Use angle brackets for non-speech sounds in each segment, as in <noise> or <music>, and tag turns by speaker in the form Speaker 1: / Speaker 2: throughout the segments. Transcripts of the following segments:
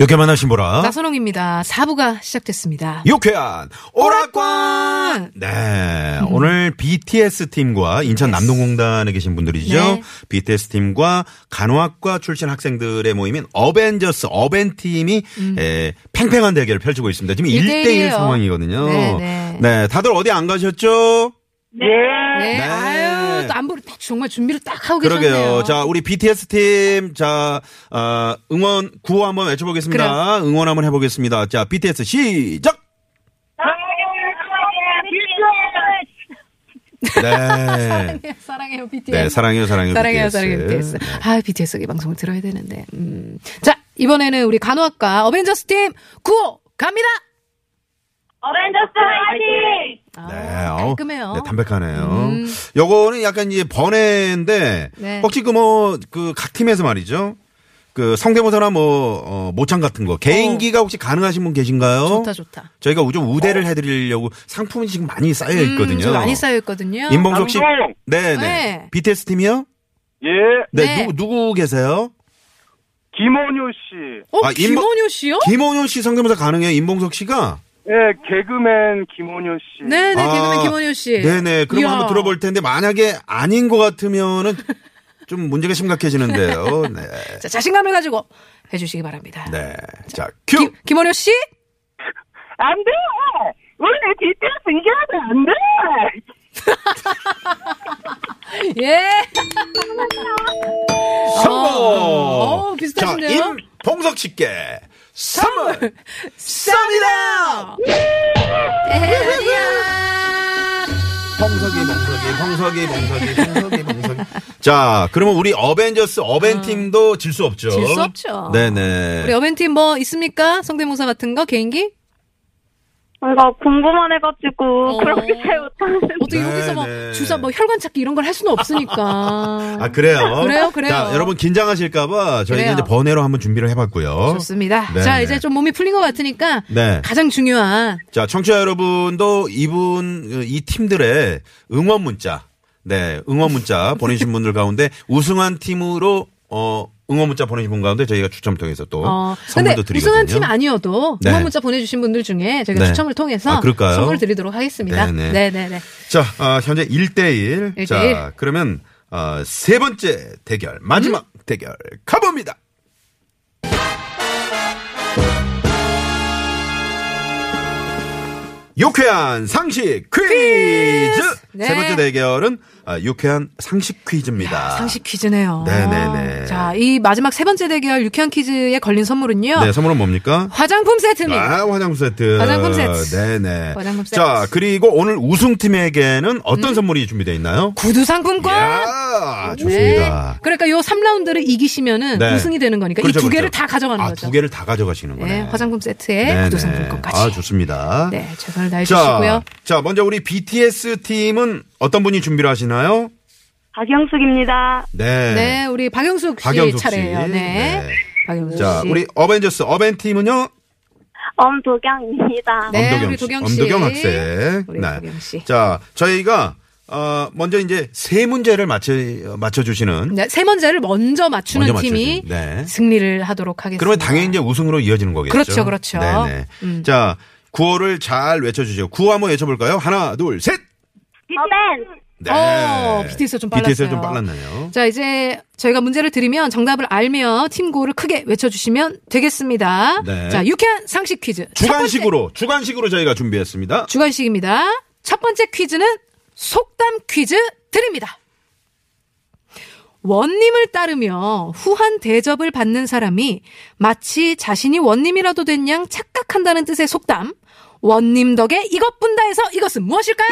Speaker 1: 이렇게 만나신 보라.
Speaker 2: 나선홍입니다. 4부가 시작됐습니다.
Speaker 1: 유쾌한 오락관. 네, 오늘 BTS 팀과 인천 남동공단에 계신 분들이죠.
Speaker 2: 네.
Speaker 1: BTS 팀과 간호학과 출신 학생들의 모임인 어벤져스 어벤 팀이 에, 팽팽한 대결을 펼치고 있습니다. 지금
Speaker 2: 음. 일대
Speaker 1: 1대1
Speaker 2: 일이에요.
Speaker 1: 상황이거든요.
Speaker 2: 네, 네.
Speaker 1: 네, 다들 어디 안 가셨죠?
Speaker 2: 네.
Speaker 1: 네.
Speaker 2: 아유, 또 안보를 딱 정말 준비를 딱 하고 계셨네요.
Speaker 1: 그러게요. 자, 우리 BTS 팀, 자, 아, 응원 구호 한번 외쳐보겠습니다. 응원 한번 해보겠습니다. 자, BTS 시작!
Speaker 2: <laughs>
Speaker 1: 네.
Speaker 2: 예, 사랑해요, 사랑해요, BTS.
Speaker 1: 네, 사랑해요, 사랑해요.
Speaker 2: 사랑해요,
Speaker 1: BTS.
Speaker 2: 사랑해요, BTS.
Speaker 1: 네.
Speaker 2: 아, BTS 이 방송을 들어야 되는데. 음. 자, 이번에는 우리 간호학과 어벤져스 팀 9호 갑니다!
Speaker 3: 어벤져스 화이팅!
Speaker 2: 아,
Speaker 1: 네, 어우,
Speaker 2: 깔끔해요. 음.
Speaker 1: 네, 담백하네요. 요거는 약간 이제 번외인데
Speaker 2: 네.
Speaker 1: 혹시 그 뭐 그 각 팀에서 말이죠. 그 성대모사나 뭐 어, 모창 같은 거 개인기가 혹시 가능하신 분 계신가요?
Speaker 2: 어. 좋다, 좋다.
Speaker 1: 저희가 좀 우대를 해드리려고 상품이 지금 많이 쌓여
Speaker 2: 음,
Speaker 1: 네, 있거든요.
Speaker 2: 좀 많이 쌓여있거든요.
Speaker 1: 임봉석 씨,
Speaker 4: 남봉!
Speaker 1: 네, 네,
Speaker 2: 아, 네.
Speaker 1: BTS 팀이요?
Speaker 4: 예,
Speaker 1: 네,
Speaker 2: 네.
Speaker 1: 누구 누구 계세요?
Speaker 4: 김원효 씨.
Speaker 2: 어,
Speaker 1: 아, 임봉-
Speaker 2: 김원효 씨요?
Speaker 1: 김원효 씨 성대모사 가능해요? 임봉석 씨가?
Speaker 4: 예, 개그맨 김원효 씨.
Speaker 2: 네네, 개그맨
Speaker 1: 아,
Speaker 2: 김원효 씨.
Speaker 1: 네네. 그럼
Speaker 2: 이야.
Speaker 1: 한번 들어볼 텐데 만약에 아닌 것 같으면은 좀 문제가 심각해지는데요. 네.
Speaker 2: 자, 자신감을 가지고 해주시기 바랍니다.
Speaker 1: 네. 자, 큐.
Speaker 2: 김, 김원효 씨?
Speaker 3: 안 돼! 원래 BTS 이겨도 안 돼!
Speaker 2: 예!
Speaker 1: 성공.
Speaker 2: 어, 어,
Speaker 1: 자,
Speaker 2: 비슷하신데요?
Speaker 1: 임봉석 씨께 선물 쏩니다. 봉석이, 봉석이, 봉석이, 봉석이, 봉석이, 봉석이. <laughs> 자, 그러면 우리 어벤져스 어벤 팀도 질 수 없죠.
Speaker 2: 아. 질수 없죠.
Speaker 1: 네네.
Speaker 2: 우리 어벤팀 뭐 있습니까? 성대모사 같은 거 개인기?
Speaker 3: 뭔가 궁금만 아,
Speaker 1: 어.
Speaker 3: 해가지고, 그렇게 잘 못하는데. <laughs>
Speaker 2: 어떻게
Speaker 1: 네,
Speaker 2: 여기서 뭐
Speaker 1: 네.
Speaker 2: 주사 뭐 혈관 찾기 이런 걸 할 수는 없으니까.
Speaker 1: <laughs> 아 그래요?
Speaker 2: 그래요, 그래요.
Speaker 1: 자 여러분 긴장하실까봐 저희가
Speaker 2: 그래요.
Speaker 1: 이제 번외로 한번 준비를 해봤고요.
Speaker 2: 좋습니다.
Speaker 1: 네,
Speaker 2: 자
Speaker 1: 네.
Speaker 2: 이제 좀 몸이 풀린 것 같으니까
Speaker 1: 네.
Speaker 2: 가장 중요한
Speaker 1: 자 청취자 여러분도 이분 어, 이 팀들의 응원 문자, 네
Speaker 2: <laughs>
Speaker 1: 응원 문자 보내주신 분들 가운데 우승한 팀으로 어 응원 문자 보내신 분 가운데 저희가 추첨 통해서 또
Speaker 2: 어 근데
Speaker 1: 선물도 드리거든요.
Speaker 2: 우승한 팀 아니어도
Speaker 1: 네.
Speaker 2: 응원 문자 보내주신 분들 중에 저희가
Speaker 1: 네.
Speaker 2: 추첨을 통해서
Speaker 1: 아, 그럴까요?
Speaker 2: 선물 드리도록 하겠습니다.
Speaker 1: 네네.
Speaker 2: 네네네.
Speaker 1: 자 아, 현재 1대1 자
Speaker 2: 일대일.
Speaker 1: 그러면 어, 세 번째 대결 마지막
Speaker 2: 음.
Speaker 1: 대결 가봅니다. 유쾌한 상식 퀴즈!
Speaker 2: 네.
Speaker 1: 세 번째 대결은 아, 유쾌한 상식 퀴즈입니다.
Speaker 2: 상식 퀴즈네요.
Speaker 1: 네네네.
Speaker 2: 자, 이 마지막 세 번째 대결 유쾌한 퀴즈에 걸린 선물은요.
Speaker 1: 네, 선물은 뭡니까?
Speaker 2: 화장품 세트입니다.
Speaker 1: 아, 화장품 세트.
Speaker 2: 화장품 세트.
Speaker 1: 네네.
Speaker 2: 화장품 세트. 음.
Speaker 1: 자, 그리고 오늘 우승팀에게는 어떤 선물이 준비되어 있나요?
Speaker 2: 구두 상품권.
Speaker 1: 이야,
Speaker 2: 네.
Speaker 1: 좋습니다.
Speaker 2: 그러니까 요 3라운드를 이기시면은
Speaker 1: 네.
Speaker 2: 우승이 되는 거니까 그러니까
Speaker 1: 그렇죠,
Speaker 2: 이 두 개를
Speaker 1: 그렇죠.
Speaker 2: 다 가져가는
Speaker 1: 아,
Speaker 2: 거죠.
Speaker 1: 두 개를 다 가져가시는
Speaker 2: 네,
Speaker 1: 거네.
Speaker 2: 화장품 세트에
Speaker 1: 네네.
Speaker 2: 구두 상품권까지.
Speaker 1: 아, 좋습니다.
Speaker 2: 네, 최선을 다해
Speaker 1: 자,
Speaker 2: 주시고요.
Speaker 1: 자, 먼저 우리 BTS 팀은 어떤 분이 준비를 하시나요?
Speaker 3: 박영숙입니다.
Speaker 1: 네.
Speaker 2: 네, 우리 박영숙 씨
Speaker 1: 박영숙 씨.
Speaker 2: 차례예요. 네.
Speaker 1: 네.
Speaker 2: 박영숙
Speaker 1: 자,
Speaker 2: 씨.
Speaker 1: 우리 어벤져스 어벤 팀은요?
Speaker 3: 엄도경입니다.
Speaker 2: 네,
Speaker 1: 엄도경
Speaker 2: 우리
Speaker 1: 씨.
Speaker 2: 도경 씨.
Speaker 1: 엄도경 학생. 네.
Speaker 2: 우리 도경 씨.
Speaker 1: 자, 저희가 어, 먼저 이제 세 문제를 맞춰 맞춰 주시는
Speaker 2: 네, 세 번째를 먼저 맞추는
Speaker 1: 먼저
Speaker 2: 팀이
Speaker 1: 맞춰주는, 네.
Speaker 2: 승리를 하도록 하겠습니다.
Speaker 1: 그러면 당연히 이제 우승으로 이어지는 거겠죠.
Speaker 2: 그렇죠, 그렇죠.
Speaker 1: 네네.
Speaker 2: 음.
Speaker 1: 자, 구호를 잘 외쳐 주세요. 구호 한번 외쳐 볼까요? 하나, 둘, 셋.
Speaker 3: 어벤!
Speaker 1: 네.
Speaker 2: 어, BTS 가좀 빨랐어요.
Speaker 1: BTS 가좀 빨랐나요?
Speaker 2: 자, 이제 저희가 문제를 드리면 정답을 알며 팀고를 크게 외쳐주시면 되겠습니다.
Speaker 1: 네.
Speaker 2: 자, 유쾌한 상식 퀴즈. 첫
Speaker 1: 주관식으로 주관식으로 저희가 준비했습니다.
Speaker 2: 번째, 주관식입니다. 첫 번째 퀴즈는 속담 퀴즈 드립니다. 원님을 따르며 후한 대접을 받는 사람이 마치 자신이 원님이라도 된 양 착각한다는 뜻의 속담. 원님 덕에 이것뿐다에서 이것은 무엇일까요?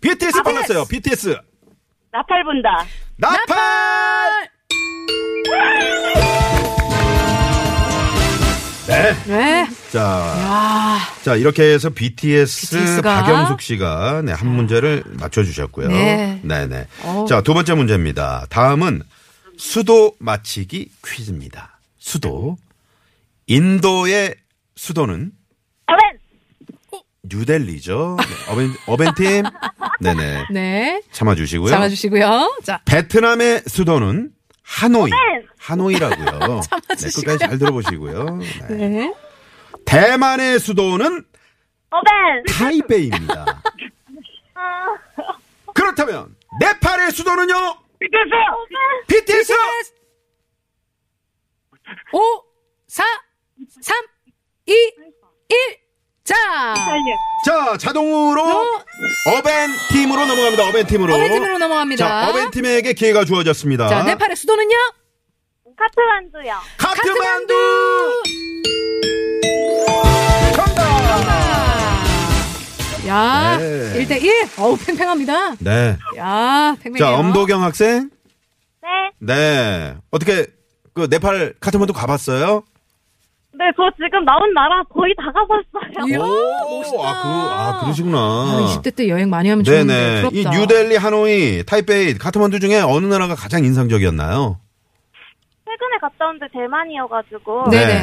Speaker 1: BTS 빨랐어요. BTS.
Speaker 3: 나팔 분다.
Speaker 1: 나팔!
Speaker 2: 정답입니다.
Speaker 1: 네.
Speaker 2: 네.
Speaker 1: 자,
Speaker 2: 아,
Speaker 1: 자 이렇게 해서 BTS
Speaker 2: BTS 가? 아.
Speaker 1: 박영숙 씨가 네, 한 문제를 맞춰주셨고요.
Speaker 2: 네.
Speaker 1: 네네.
Speaker 2: 어우.
Speaker 1: 자 두 번째 문제입니다. 다음은 수도 맞히기 퀴즈입니다. 수도 인도의 수도는
Speaker 3: 아멘.
Speaker 1: 뉴델리죠. 네, 어벤
Speaker 2: <laughs>
Speaker 1: 어벤팀. 네네.
Speaker 2: 네.
Speaker 1: 참아주시고요.
Speaker 2: 잡아주시고요. 자,
Speaker 1: 베트남의 수도는 하노이. 하노이라고요.
Speaker 2: <laughs>
Speaker 1: 네, 끝까지 잘 들어보시고요. 네.
Speaker 2: 네.
Speaker 1: 대만의 수도는
Speaker 3: 어벤.
Speaker 1: 타이베이입니다. 그렇다면 네팔의 수도는요?
Speaker 3: BTS.
Speaker 1: BTS.
Speaker 2: 오, 사, 삼, 이, 일. 자,
Speaker 1: 자 자동으로
Speaker 2: 어?
Speaker 1: 어벤 팀으로 넘어갑니다. 어벤 팀으로.
Speaker 2: 어벤팀으로 넘어갑니다.
Speaker 1: 자 어벤 팀에게 기회가 주어졌습니다.
Speaker 2: 자, 네팔의 수도는요?
Speaker 3: 카트만두요.
Speaker 1: 카트만두.
Speaker 2: 야,
Speaker 1: 네.
Speaker 2: 일 1대1. 어우, 팽팽합니다.
Speaker 1: 네.
Speaker 2: 야, 팽팽해요.
Speaker 1: 자 엄도경 학생.
Speaker 3: 네.
Speaker 1: 네. 어떻게 그 네팔 카트만두 가봤어요?
Speaker 3: 네, 저 지금 나온 나라 거의 다
Speaker 1: 예.
Speaker 3: 가봤어요.
Speaker 2: 이야,
Speaker 1: 오,
Speaker 2: 멋있다.
Speaker 1: 아, 그, 아, 그러시구나.
Speaker 2: 아, 20대 때 여행 많이 하면 좋은데
Speaker 1: 네네. 이
Speaker 2: 부럽다.
Speaker 1: 뉴델리, 하노이, 타이페이, 카트만두 중에 어느 나라가 가장 인상적이었나요?
Speaker 3: 최근에 갔다 온 데 대만이어가지고.
Speaker 1: 네.
Speaker 3: 네.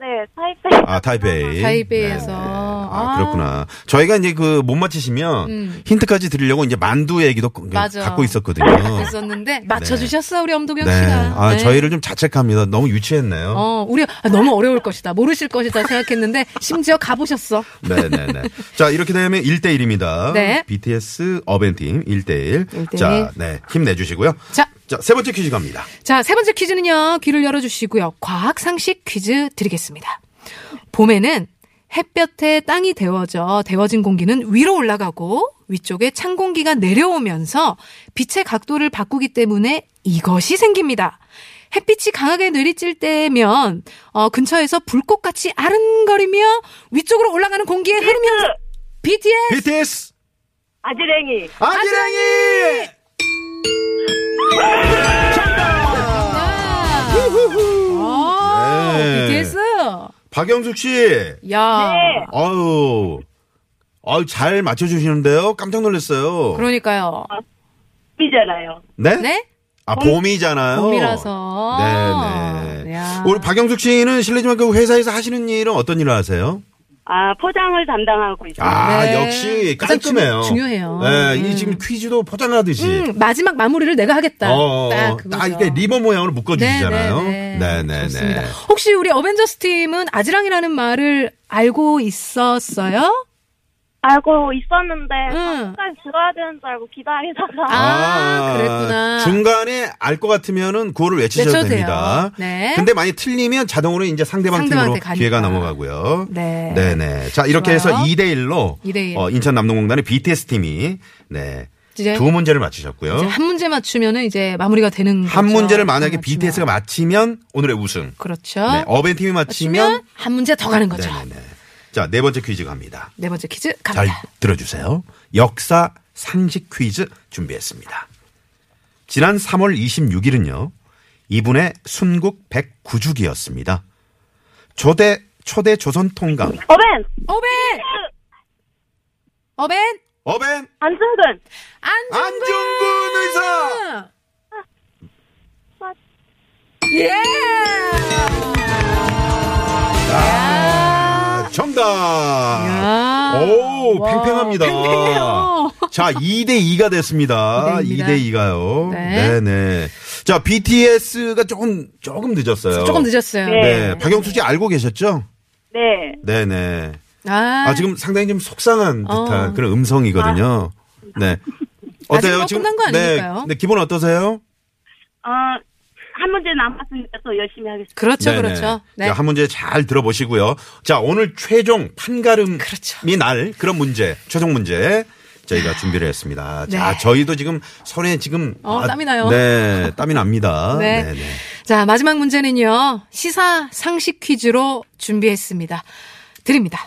Speaker 2: 네네.
Speaker 3: 타이페이.
Speaker 1: 아, 타이페이.
Speaker 2: 타이베이에서.
Speaker 1: 네네.
Speaker 2: 아.
Speaker 1: 아, 그렇구나. 저희가 이제 그 못 맞히시면
Speaker 2: 음.
Speaker 1: 힌트까지 드리려고 이제 만두 얘기도 그-
Speaker 2: 맞아.
Speaker 1: 갖고 있었거든요.
Speaker 2: 있었는데 맞춰주셨어 우리 엄도경
Speaker 1: 네.
Speaker 2: 씨가.
Speaker 1: 아,
Speaker 2: 네.
Speaker 1: 저희를 좀 자책합니다. 너무 유치했네요.
Speaker 2: 어 우리 아, 너무 어려울 것이다 모르실 것이다 생각했는데 심지어 가보셨어.
Speaker 1: 네네네. 자, 이렇게 되면 1대1입니다.
Speaker 2: 네.
Speaker 1: BTS 어벤팀 1대1.
Speaker 2: 일대일.
Speaker 1: 자, 네. 힘내주시고요.
Speaker 2: 자.
Speaker 1: 자, 세 번째 퀴즈 갑니다.
Speaker 2: 자 세 번째 퀴즈는요 귀를 열어주시고요 과학 상식 퀴즈 드리겠습니다. 봄에는 햇볕에 땅이 데워져 데워진 공기는 위로 올라가고 위쪽에 찬 공기가 내려오면서 빛의 각도를 바꾸기 때문에 이것이 생깁니다. 햇빛이 강하게 내리칠 때면 어, 근처에서 불꽃같이 아른거리며 위쪽으로 올라가는 공기의 흐름이 현상- BTS
Speaker 1: BTS
Speaker 3: 아지랭이.
Speaker 1: 아지랑이!
Speaker 2: 아,
Speaker 1: 예.
Speaker 2: BTS.
Speaker 1: 박영숙 씨. 아.
Speaker 2: 야.
Speaker 3: 네.
Speaker 1: 아유. 아유, 잘 맞춰주시는데요? 깜짝 놀랐어요.
Speaker 2: 그러니까요.
Speaker 3: 삐잖아요.
Speaker 1: 네?
Speaker 2: 네?
Speaker 1: 아, 봄이잖아요.
Speaker 2: 봄이라서.
Speaker 1: 네네.
Speaker 2: 야.
Speaker 1: 우리 박영숙 씨는 실례지만 그 회사에서 하시는 일은 어떤 일을 하세요?
Speaker 3: 아, 포장을 담당하고 있어요.
Speaker 1: 아,
Speaker 2: 네.
Speaker 1: 역시
Speaker 2: 가장
Speaker 1: 깔끔해요.
Speaker 2: 중요- 중요해요.
Speaker 1: 네,
Speaker 2: 음.
Speaker 1: 이 지금 퀴즈도 포장하듯이.
Speaker 2: 음, 마지막 마무리를 내가 하겠다.
Speaker 1: 예. 어,
Speaker 2: 딱
Speaker 1: 딱,
Speaker 2: 그거죠.
Speaker 1: 딱 이렇게 리버 모양으로 묶어주시잖아요.
Speaker 2: 네, 네, 네.
Speaker 1: 네네네.
Speaker 2: 좋습니다. 혹시 우리 어벤져스 팀은 아지랑이라는 말을 알고 있었어요?
Speaker 3: 알고 있었는데,
Speaker 2: 응.
Speaker 3: 잠깐 들어야 되는 줄 알고 기다리다가.
Speaker 2: 음. 아. 그랬구나.
Speaker 1: 중간에 알 것 같으면은 구호를 외치셔도
Speaker 2: 외쳐도 돼요.
Speaker 1: 됩니다.
Speaker 2: 네.
Speaker 1: 근데 많이 틀리면 자동으로 이제 상대방 팀으로
Speaker 2: 상대방한테 가니까.
Speaker 1: 기회가 넘어가고요.
Speaker 2: 네.
Speaker 1: 네네. 자, 이렇게
Speaker 2: 좋아요.
Speaker 1: 해서 2대1로 어,
Speaker 2: 2대1.
Speaker 1: 인천 남동공단의 BTS 팀이 네.
Speaker 2: 이제-
Speaker 1: 두 문제를 맞추셨고요.
Speaker 2: 이제 한 문제 맞추면은 이제 마무리가 되는 거죠.
Speaker 1: 어? 한 문제를 만약에
Speaker 2: 맞추면.
Speaker 1: BTS가 맞히면 오늘의 우승.
Speaker 2: 그렇죠.
Speaker 1: 네. 어벤 팀이 맞히면
Speaker 2: 맞추면 한 문제 더 가는 거죠.
Speaker 1: 네네네. 자, 네 번째 퀴즈 갑니다.
Speaker 2: 네 번째 퀴즈
Speaker 1: 잘
Speaker 2: 갑니다.
Speaker 1: 들어주세요. 역사 상식 퀴즈 준비했습니다. 지난 3월 26일은요, 이분의 순국 109주기였습니다. 초대, 초대 조선 통감,
Speaker 3: 어벤!
Speaker 2: 어벤! 어벤!
Speaker 1: 어벤,
Speaker 3: 안승근!
Speaker 2: 안중근!
Speaker 1: 안중근 의사!
Speaker 2: 예!
Speaker 1: 아, 정답!
Speaker 2: 이야.
Speaker 1: 오,
Speaker 2: 와,
Speaker 1: 팽팽합니다.
Speaker 2: 팽팽해요.
Speaker 1: 자, 2대2가 됐습니다.
Speaker 2: 네, 입니다.
Speaker 1: 2대2가요.
Speaker 2: 네.
Speaker 1: 네네. 자, BTS가 조금, 조금 늦었어요.
Speaker 2: 조금 늦었어요.
Speaker 1: 네. 박영수 씨 알고 계셨죠?
Speaker 3: 네.
Speaker 1: 네네.
Speaker 2: 아,
Speaker 1: 아, 지금 상당히 좀 속상한 듯한
Speaker 2: 어. 아.
Speaker 1: 그런 음성이거든요. 네.
Speaker 2: <laughs> 아직
Speaker 1: 어때요?
Speaker 2: 뭐
Speaker 1: 지금
Speaker 2: 끝난 거
Speaker 1: 네,
Speaker 2: 아니니까요.
Speaker 1: 네, 기분 어떠세요?
Speaker 3: 어, 한 문제 남았으니까 또 열심히 하겠습니다.
Speaker 2: 그렇죠,
Speaker 1: 네네.
Speaker 2: 그렇죠. 네.
Speaker 1: 자, 한 문제 잘 들어보시고요. 자, 오늘 최종 판가름이
Speaker 2: 그렇죠.
Speaker 1: 날 그런 문제, 최종 문제 저희가 준비를 했습니다. 자,
Speaker 2: 네.
Speaker 1: 저희도 지금 손에 지금 아,
Speaker 2: 어, 땀이 나요.
Speaker 1: 네, 땀이 납니다.
Speaker 2: 네.
Speaker 1: 네, 네.
Speaker 2: 자, 마지막 문제는요. 시사 상식 퀴즈로 준비했습니다. 드립니다.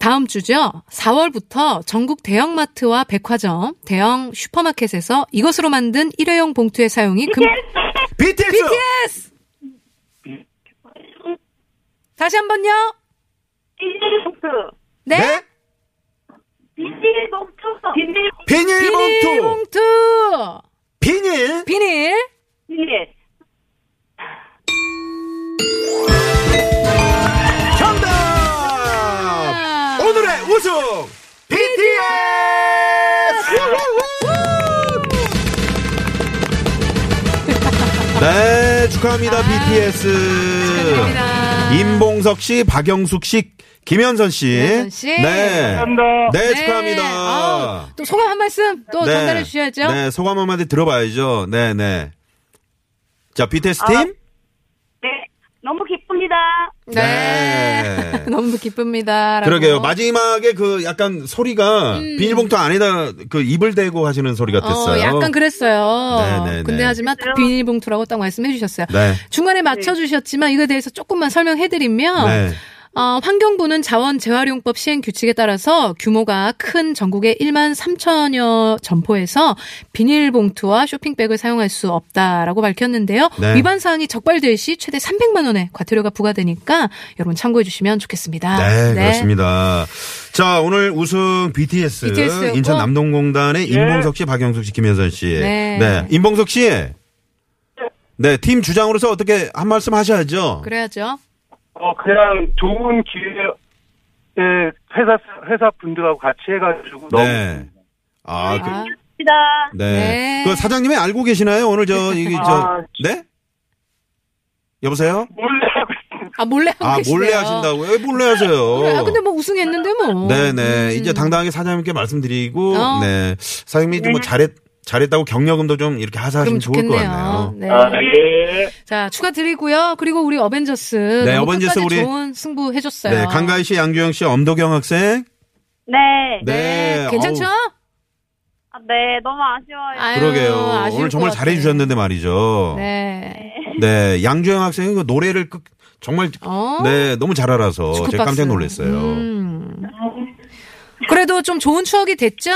Speaker 2: 다음 주죠. 4월부터 전국 대형마트와 백화점, 대형 슈퍼마켓에서 이것으로 만든 일회용 봉투의 사용이 금
Speaker 1: BTS!
Speaker 2: BTS! 다시 한 번요.
Speaker 3: 비닐 봉투.
Speaker 2: 네.
Speaker 3: 비닐 봉투. 비닐 봉투.
Speaker 1: 비닐봉투.
Speaker 2: 비닐봉투.
Speaker 1: 비닐.
Speaker 2: 비닐.
Speaker 3: 비닐.
Speaker 1: 정답.
Speaker 2: 아,
Speaker 1: 오늘의 우승 BTS. 네 축하합니다
Speaker 2: 아,
Speaker 1: BTS.
Speaker 2: 감사합니다.
Speaker 1: 임봉석 씨, 박영숙 씨, 김현선 씨.
Speaker 2: 김현선 씨.
Speaker 1: 네.
Speaker 4: 감사합니다.
Speaker 1: 네,
Speaker 2: 아우,
Speaker 1: 축하합니다.
Speaker 2: 또 소감 한 말씀 또
Speaker 1: 네.
Speaker 2: 전달해 주셔야죠.
Speaker 1: 네, 소감 한마디 들어봐야죠. 네, 네. 자,
Speaker 2: 아,
Speaker 1: BTS 팀.
Speaker 3: 네. 너무 기쁩니다.
Speaker 2: 네.
Speaker 1: 네.
Speaker 2: <laughs> 너무 기쁩니다.
Speaker 1: 그러게요. 마지막에 그 약간 소리가 비닐봉투 안에다 그 입을 대고 하시는 소리
Speaker 2: 음. 어,
Speaker 1: 같았어요.
Speaker 2: 약간 그랬어요.
Speaker 1: 네, 네, 네.
Speaker 2: 근데 하지만 딱 비닐봉투라고 딱 말씀해 주셨어요.
Speaker 1: 네.
Speaker 2: 중간에 맞춰주셨지만 이거에 대해서 조금만 설명해 드리면
Speaker 1: 네.
Speaker 2: 어, 환경부는 자원 재활용법 시행 규칙에 따라서 규모가 큰 전국의 1만 3천여 점포에서 비닐봉투와 쇼핑백을 사용할 수 없다라고 밝혔는데요.
Speaker 1: 네.
Speaker 2: 위반 사항이 적발될 시 최대 300만 원의 과태료가 부과되니까 여러분 참고해 주시면 좋겠습니다.
Speaker 1: 네, 그렇습니다. 자, 오늘 우승 BTS,
Speaker 2: BTS 였고.
Speaker 1: 인천 남동공단의 임봉석 씨, 박영숙 씨, 김현선 씨.
Speaker 2: 네.
Speaker 1: 임봉석 씨. 네, 팀 주장으로서 어떻게 한 말씀 하셔야죠.
Speaker 2: 그래야죠.
Speaker 4: 어, 그냥 좋은 기회에 예, 회사, 회사 분들하고 같이 해가지고.
Speaker 1: 네. 아, 그,
Speaker 2: 아,
Speaker 3: 감사합니다.
Speaker 1: 네.
Speaker 2: 네.
Speaker 1: 그 사장님이 알고 계시나요? 오늘 저, 이게 저,
Speaker 4: 아,
Speaker 1: 네? 여보세요?
Speaker 4: 너무 몰래 하고 있습니다.
Speaker 2: 아, 몰래 하고
Speaker 1: 아,
Speaker 2: 계시네요.
Speaker 1: 몰래 하신다고요? 왜 몰래 하세요?
Speaker 2: 아, 근데 뭐 우승했는데 뭐.
Speaker 1: 어. 네네. 이제 당당하게 사장님께 말씀드리고,
Speaker 2: 어.
Speaker 1: 네. 사장님이 뭐 잘했, 잘했다고 격려금도 좀 이렇게
Speaker 2: 그럼
Speaker 1: 하사하시면 좋을 것
Speaker 2: 좋겠네요.
Speaker 1: 같네요.
Speaker 2: 네.
Speaker 4: 아, 예.
Speaker 2: 자, 축하드리고요. 그리고 우리 어벤져스.
Speaker 1: 네,
Speaker 2: 너무
Speaker 1: 어벤져스
Speaker 2: 끝까지
Speaker 1: 우리-
Speaker 2: 좋은 승부 해줬어요.
Speaker 1: 네. 강가희 씨, 양규영 씨, 엄도경 학생.
Speaker 3: 네.
Speaker 1: 네.
Speaker 2: 괜찮죠?
Speaker 1: 어우,
Speaker 3: 아, 네. 너무 아쉬워요.
Speaker 2: 아유,
Speaker 1: 그러게요.
Speaker 2: 아쉬울
Speaker 1: 오늘
Speaker 2: 것
Speaker 1: 정말
Speaker 2: 같아.
Speaker 1: 잘해주셨는데 말이죠. 네.
Speaker 2: 네.
Speaker 1: 양주영 학생은 그 노래를 끝, 정말,
Speaker 2: 어?
Speaker 1: 네. 너무 잘 알아서
Speaker 2: 축구
Speaker 1: 제가 깜짝
Speaker 2: 박수.
Speaker 1: 놀랐어요.
Speaker 2: 음. 그래도 좀 좋은 추억이 됐죠?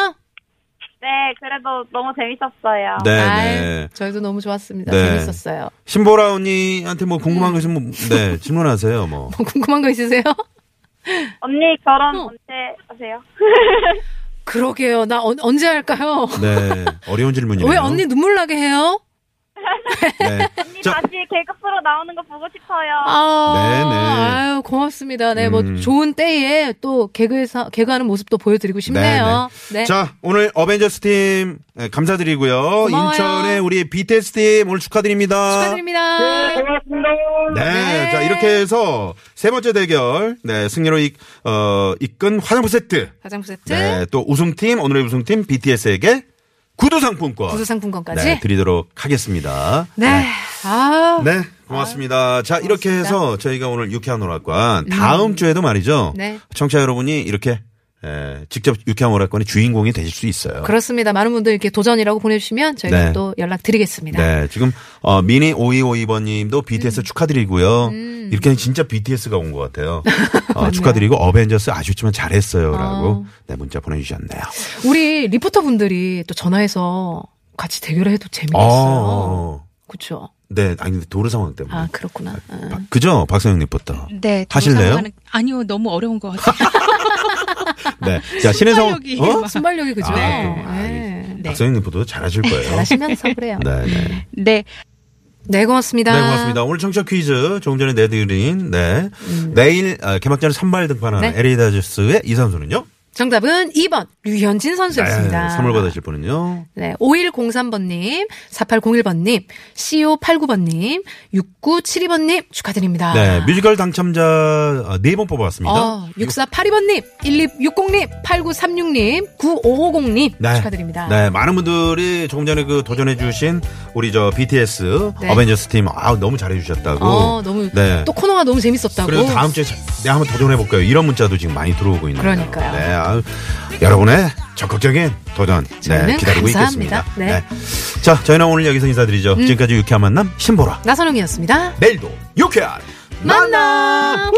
Speaker 3: 네. 그래도 너무 재밌었어요.
Speaker 1: 네,
Speaker 2: 아유,
Speaker 1: 네.
Speaker 2: 저희도 너무 좋았습니다.
Speaker 1: 네.
Speaker 2: 재밌었어요. <laughs>
Speaker 1: 신보라 언니한테 뭐
Speaker 2: 음.
Speaker 1: 궁금한 거 있으면, 뭐- 네. 질문하세요, 뭐.
Speaker 2: 뭐 궁금한 거 있으세요? <laughs>
Speaker 3: 언니 결혼
Speaker 2: 어.
Speaker 3: 언제 하세요?
Speaker 2: 그러게요. 나 언- 언제 할까요?
Speaker 1: 네. 어려운 질문이네요.
Speaker 2: 왜 언니 눈물 나게 해요?
Speaker 1: 네.
Speaker 3: 언니
Speaker 1: 자,
Speaker 3: 다시 개그 프로 나오는 거 보고 싶어요.
Speaker 1: 네, 네.
Speaker 2: 아, 아유, 고맙습니다. 네, 뭐
Speaker 1: 음.
Speaker 2: 좋은 때에 또 개그에서 개그하는 모습도 보여드리고 싶네요. 네.
Speaker 1: 자, 오늘 어벤져스 팀 네, 감사드리고요.
Speaker 2: 고마워요.
Speaker 1: 인천의 우리 BTS 팀 오늘 축하드립니다.
Speaker 2: 축하드립니다.
Speaker 4: 네, 고맙습니다.
Speaker 1: 네,
Speaker 2: 네.
Speaker 1: 자 이렇게 해서 세 번째 대결, 네 승리로 이, 어, 이끈 화장품 세트,
Speaker 2: 화장품 세트,
Speaker 1: 네, 또 우승팀 오늘의 우승팀 BTS에게 구두 상품권,
Speaker 2: 구두 상품권까지.
Speaker 1: 네, 드리도록 하겠습니다.
Speaker 2: 네. 아.
Speaker 1: 네, 고맙습니다. 자, 이렇게 해서 저희가 오늘 유쾌한 오락관 다음 주에도 말이죠.
Speaker 2: 네.
Speaker 1: 청취자 여러분이 이렇게 에, 직접 유쾌한 오락관의 주인공이 되실 수 있어요.
Speaker 2: 그렇습니다. 많은 분들 이렇게 도전이라고 보내주시면 저희가
Speaker 1: 네.
Speaker 2: 또 연락드리겠습니다.
Speaker 1: 네, 지금 어, 미니 5252번님도 BTS
Speaker 2: 음.
Speaker 1: 축하드리고요. 이렇게 진짜 BTS가 온 것 같아요.
Speaker 2: <laughs>
Speaker 1: 어,
Speaker 2: 네.
Speaker 1: 축하드리고 어벤져스 아쉽지만 잘했어요라고 네 문자 보내주셨네요.
Speaker 2: 우리 리포터 분들이 또 전화해서 같이 대결해도 재미있어요.
Speaker 1: 어,
Speaker 2: 그렇죠.
Speaker 1: 네, 아니 근데 도로 상황 때문에.
Speaker 2: 아 그렇구나. 아.
Speaker 1: 바- 그죠, 박성영 리포터.
Speaker 5: 네.
Speaker 1: 하실래요?
Speaker 5: 동영상은- 아니요, 너무 어려운 것 같아요.
Speaker 1: 네,
Speaker 2: <laughs>
Speaker 1: 자 신혜성.
Speaker 5: 순발력이
Speaker 1: 어?
Speaker 5: 막-
Speaker 2: 순발력이 그죠.
Speaker 1: 아, 그,
Speaker 2: 네.
Speaker 1: 박성영 리포터도 잘하실 거예요.
Speaker 2: 잘하시면서 그래요. 네.
Speaker 1: 네, 네.
Speaker 5: 네.
Speaker 2: 고맙습니다.
Speaker 1: 네, 고맙습니다. 오늘 청취자 퀴즈 조금 전에 내드린 네 내일 아, 개막전에 선발 등판하는
Speaker 2: 음. 네.
Speaker 1: LA 다저스의 이선수는요. 네,
Speaker 2: 정답은 2번 류현진 선수였습니다.
Speaker 1: 선물 받으실 분은요.
Speaker 2: 네, 5103번님, 4801번님, CO89번님, 6972번님 축하드립니다.
Speaker 1: 네, 뮤지컬 당첨자 네 번 뽑아왔습니다.
Speaker 2: 아. 어, 6482번님, 1260님, 8936님, 9550님
Speaker 1: 네.
Speaker 2: 축하드립니다.
Speaker 1: 네, 많은 분들이 조금 전에 그 도전해주신 우리 저 BTS
Speaker 2: 네.
Speaker 1: 어벤져스 팀, 아 너무 잘해주셨다고.
Speaker 2: 어, 너무
Speaker 1: 네.
Speaker 2: 또 코너가 너무 재밌었다고.
Speaker 1: 그래서 다음 주에 자- 내가 한번 도전해볼까요? 이런 문자도 지금 많이 들어오고 있는데.
Speaker 2: 그러니까요.
Speaker 1: 네, 아유, 여러분의 적극적인 도전 네,
Speaker 2: 저희는
Speaker 1: 기다리고
Speaker 2: 감사합니다.
Speaker 1: 있겠습니다.
Speaker 2: 네. 음.
Speaker 1: 자, 저희는 오늘 여기서 인사드리죠. 지금까지 유쾌한 만남 신보라.
Speaker 2: 나선홍이었습니다.
Speaker 1: 내일도 유쾌한
Speaker 2: 만나.